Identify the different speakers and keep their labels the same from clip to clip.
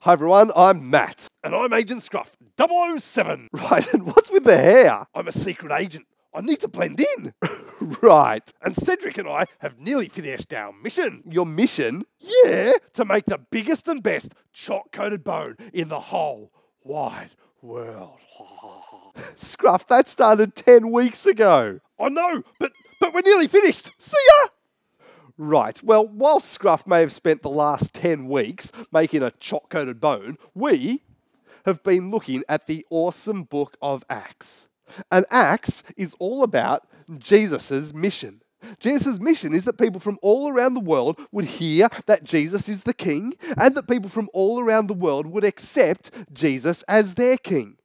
Speaker 1: Hi everyone, I'm Matt.
Speaker 2: And I'm Agent Scruff, 007.
Speaker 1: Right, and what's with the hair?
Speaker 2: I'm a secret agent. I need to blend in.
Speaker 1: Right,
Speaker 2: And Cedric and I have nearly finished our mission.
Speaker 1: your mission?
Speaker 2: Yeah, to make the biggest and best chalk coated bone in the whole wide world.
Speaker 1: Scruff, that started 10 weeks ago.
Speaker 2: I know, but but we're nearly finished. See ya!
Speaker 1: Right, well, while Scruff may have spent the last 10 weeks making a chalk coated bone, we have been looking at the awesome book of Acts. And Acts is all about Jesus' mission. Jesus' mission is that people from all around the world would hear that Jesus is the king and that people from all around the world would accept Jesus as their king.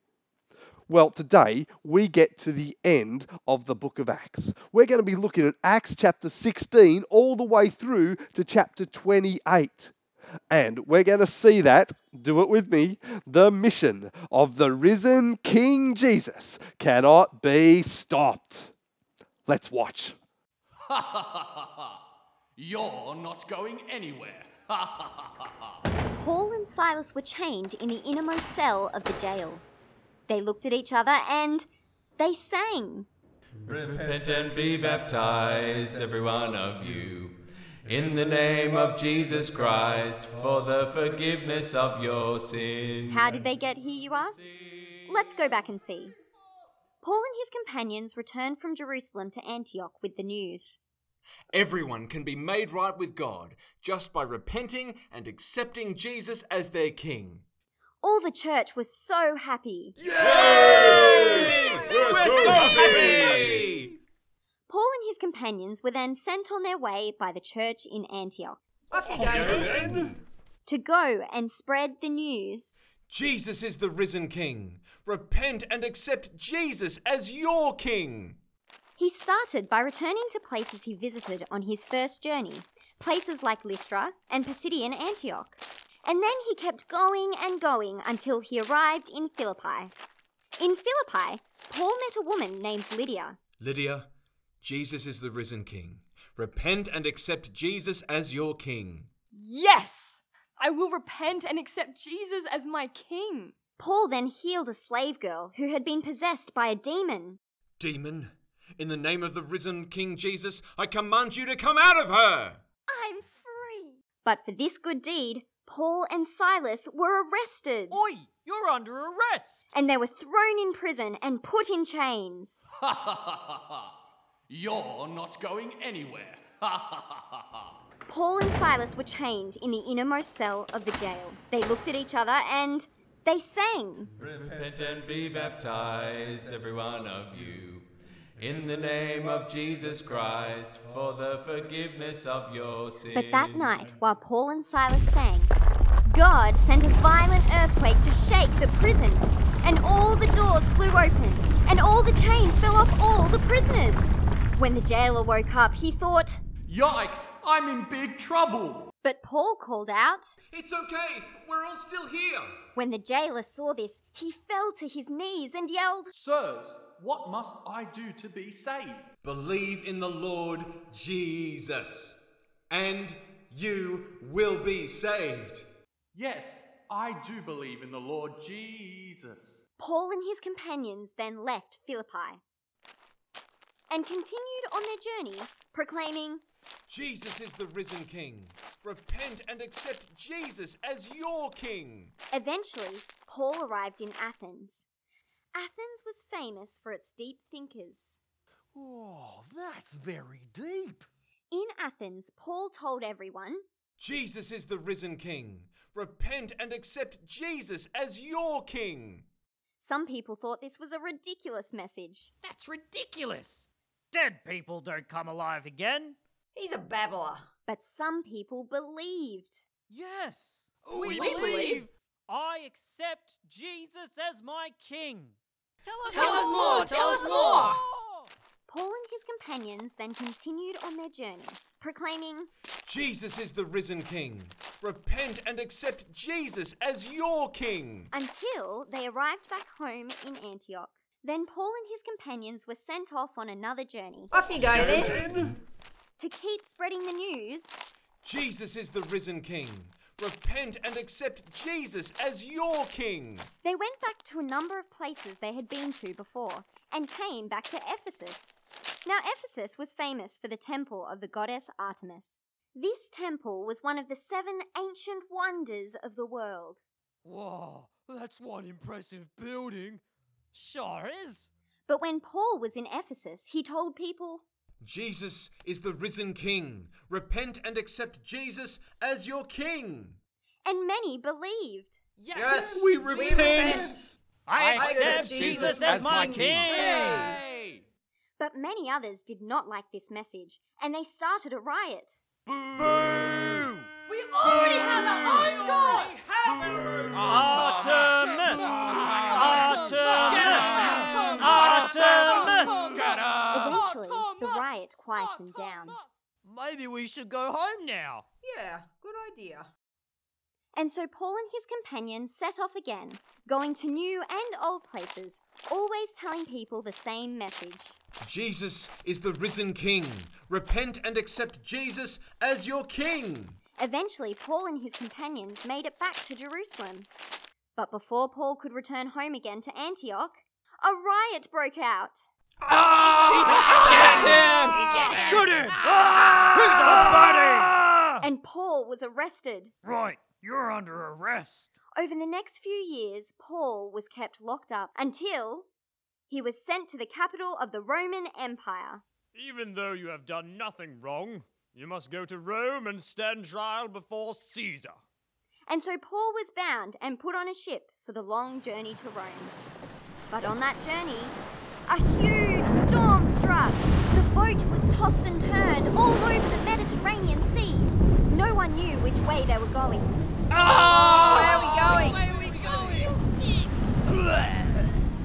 Speaker 1: Well, today we get to the end of the book of Acts. We're going to be looking at Acts chapter 16 all the way through to chapter 28. And we're going to see that, do it with me, the mission of the risen King Jesus cannot be stopped. Let's watch.
Speaker 3: You're not going anywhere.
Speaker 4: Paul and Silas were chained in the innermost cell of the jail. They looked at each other and they sang.
Speaker 5: Repent and be baptized, every one of you, in the name of Jesus Christ, for the forgiveness of your sin.
Speaker 4: How did they get here, you ask? Let's go back and see. Paul and his companions returned from Jerusalem to Antioch with the news.
Speaker 6: Everyone can be made right with God just by repenting and accepting Jesus as their King.
Speaker 4: All the church was so happy. Paul and his companions were then sent on their way by the church in Antioch to go and spread the news.
Speaker 6: Jesus is the risen King. Repent and accept Jesus as your King.
Speaker 4: He started by returning to places he visited on his first journey, places like Lystra and Pisidian Antioch. And then he kept going and going until he arrived in Philippi. In Philippi, Paul met a woman named Lydia.
Speaker 6: Lydia, Jesus is the risen King. Repent and accept Jesus as your King.
Speaker 7: Yes! I will repent and accept Jesus as my king.
Speaker 4: Paul then healed a slave girl who had been possessed by a demon.
Speaker 6: Demon, in the name of the risen King Jesus, I command you to come out of her.
Speaker 7: I'm free.
Speaker 4: But for this good deed, Paul and Silas were arrested.
Speaker 8: Oi, you're under arrest.
Speaker 4: And they were thrown in prison and put in chains.
Speaker 3: You're not going anywhere.
Speaker 4: Paul and Silas were chained in the innermost cell of the jail. They looked at each other and they sang.
Speaker 5: Repent and be baptized, every one of you, in the name of Jesus Christ, for the forgiveness of your sin.
Speaker 4: But that night, while Paul and Silas sang, God sent a violent earthquake to shake the prison, and all the doors flew open, and all the chains fell off all the prisoners. When the jailer woke up, he thought,
Speaker 3: Yikes, I'm in big trouble.
Speaker 4: but Paul called out.
Speaker 6: It's okay, we're all still here.
Speaker 4: When the jailer saw this, he fell to his knees and yelled,
Speaker 3: Sirs, what must I do to be saved?
Speaker 6: Believe in the Lord Jesus, and you will be saved.
Speaker 3: Yes, I do believe in the Lord Jesus.
Speaker 4: Paul and his companions then left Philippi and continued on their journey, proclaiming,
Speaker 6: Jesus is the risen King. Repent and accept Jesus as your King.
Speaker 4: Eventually, Paul arrived in Athens. Athens was famous for its deep thinkers.
Speaker 8: Oh, that's very deep.
Speaker 4: In Athens, Paul told everyone,
Speaker 6: Jesus is the risen King. Repent and accept Jesus as your King.
Speaker 4: some people thought this was a ridiculous message.
Speaker 8: That's ridiculous. Dead people don't come alive again.
Speaker 9: He's a babbler.
Speaker 4: But some people believed.
Speaker 8: Yes.
Speaker 9: We, believe.
Speaker 8: I accept Jesus as my king.
Speaker 9: Tell us more. Tell us more.
Speaker 4: Paul and his companions then continued on their journey, proclaiming,
Speaker 6: Jesus is the risen King. Repent and accept Jesus as your King.
Speaker 4: until they arrived back home in Antioch. Then Paul and his companions were sent off on another journey.
Speaker 9: Off you go then.
Speaker 4: to keep spreading the news
Speaker 6: Jesus is the risen King. Repent and accept Jesus as your King.
Speaker 4: They went back to a number of places they had been to before and came back to Ephesus. Now, Ephesus was famous for the temple of the goddess Artemis. This temple was one of the seven ancient wonders of the world.
Speaker 8: Wow, Oh, that's one impressive building. Sure is.
Speaker 4: But when Paul was in Ephesus, he told people,
Speaker 6: Jesus is the risen King. Repent and accept Jesus as your King.
Speaker 4: and many believed.
Speaker 7: Yes.
Speaker 6: we repent.
Speaker 8: I,
Speaker 9: accept
Speaker 8: accept
Speaker 9: Jesus
Speaker 8: Jesus, as my king.
Speaker 4: But many others did not like this message, and they started a riot.
Speaker 7: We already have our own God.
Speaker 8: Artemis! Artemis! Artemis!
Speaker 4: Eventually, the riot quietened down.
Speaker 8: Maybe we should go home now.
Speaker 9: Yeah, good idea.
Speaker 4: And so Paul and his companions set off again, going to new and old places, always telling people the same message.
Speaker 6: Jesus is the risen King. Repent and accept Jesus as your King.
Speaker 4: Eventually, Paul and his companions made it back to Jerusalem. But before Paul could return home again to Antioch, a riot broke out.
Speaker 8: Good him! He's
Speaker 4: and Paul was arrested.
Speaker 8: a buddy! Right, you're under arrest.
Speaker 4: Over the next few years, Paul was kept locked up until he was sent to the capital of the Roman Empire.
Speaker 8: Even though you have done nothing wrong, you must go to Rome and stand trial before Caesar.
Speaker 4: And so Paul was bound and put on a ship for the long journey to Rome. But on that journey, a huge storm struck. The boat was tossed and turned all over the Mediterranean Sea. No one knew which way they were going. Ah!
Speaker 9: Where are we going?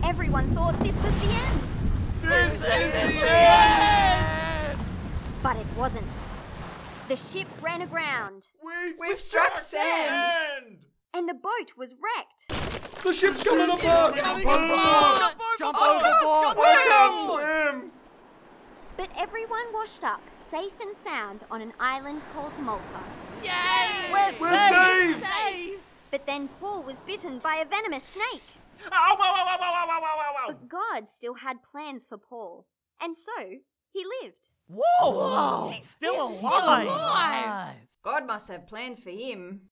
Speaker 4: Everyone thought this was the end. This is the end! But it wasn't. The ship ran aground,
Speaker 9: We've struck sand.
Speaker 4: and the boat was wrecked.
Speaker 8: Jump overboard!
Speaker 4: But everyone washed up, safe and sound, on an island called Malta. But then Paul was bitten by a venomous snake. But God still had plans for Paul, and so he lived.
Speaker 8: Whoa! He's still alive!
Speaker 9: God must have plans for him.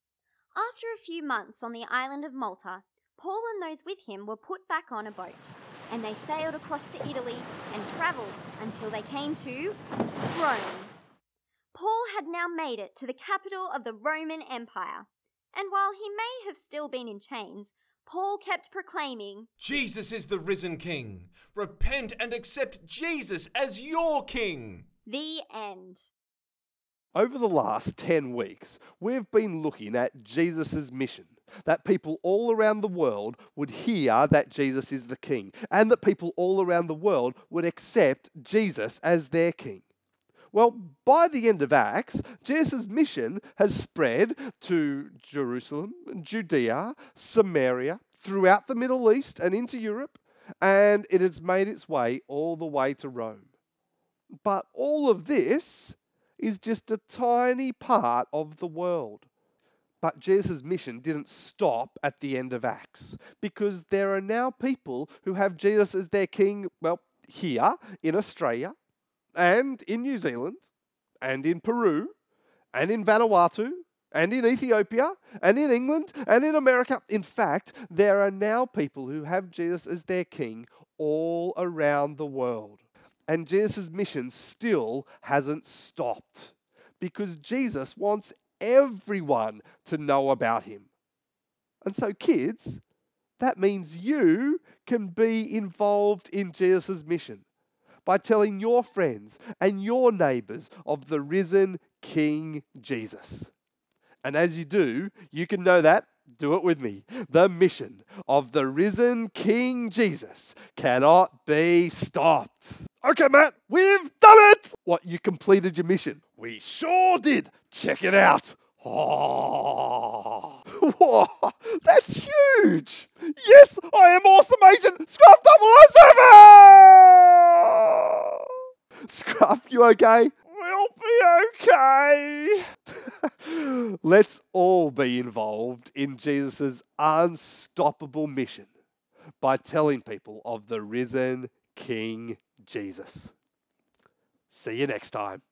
Speaker 4: After a few months on the island of Malta, Paul and those with him were put back on a boat, and they sailed across to Italy and travelled until they came to Rome. Paul had now made it to the capital of the Roman Empire, and while he may have still been in chains, Paul kept proclaiming,
Speaker 6: Jesus is the risen King. Repent and accept Jesus as your King.
Speaker 4: The end.
Speaker 1: Over the last 10 weeks, we've been looking at Jesus' mission that people all around the world would hear that Jesus is the King, and that people all around the world would accept Jesus as their King. Well, by the end of Acts, Jesus' mission has spread to Jerusalem, Judea, Samaria, throughout the Middle East and into Europe, and it has made its way all the way to Rome. But all of this is just a tiny part of the world. But Jesus' mission didn't stop at the end of Acts, because there are now people who have Jesus as their king, well, here in Australia, and in New Zealand, and in Peru, and in Vanuatu, and in Ethiopia, and in England, and in America. In fact, there are now people who have Jesus as their king all around the world. And Jesus' mission still hasn't stopped because Jesus wants everyone to know about him. And so, kids, that means you can be involved in Jesus' mission by telling your friends and your neighbors of the risen King Jesus. And as you do, you can know that. Do it with me. The mission of the risen King Jesus cannot be stopped. Okay, Matt, we've done it! What, you completed your mission? We sure did. Check it out. Oh, Whoa, that's huge! Yes, I am awesome agent Scruff 007! Scruff, you okay?
Speaker 2: Well, be okay.
Speaker 1: Let's all be involved in Jesus' unstoppable mission by telling people of the risen King Jesus. See you next time.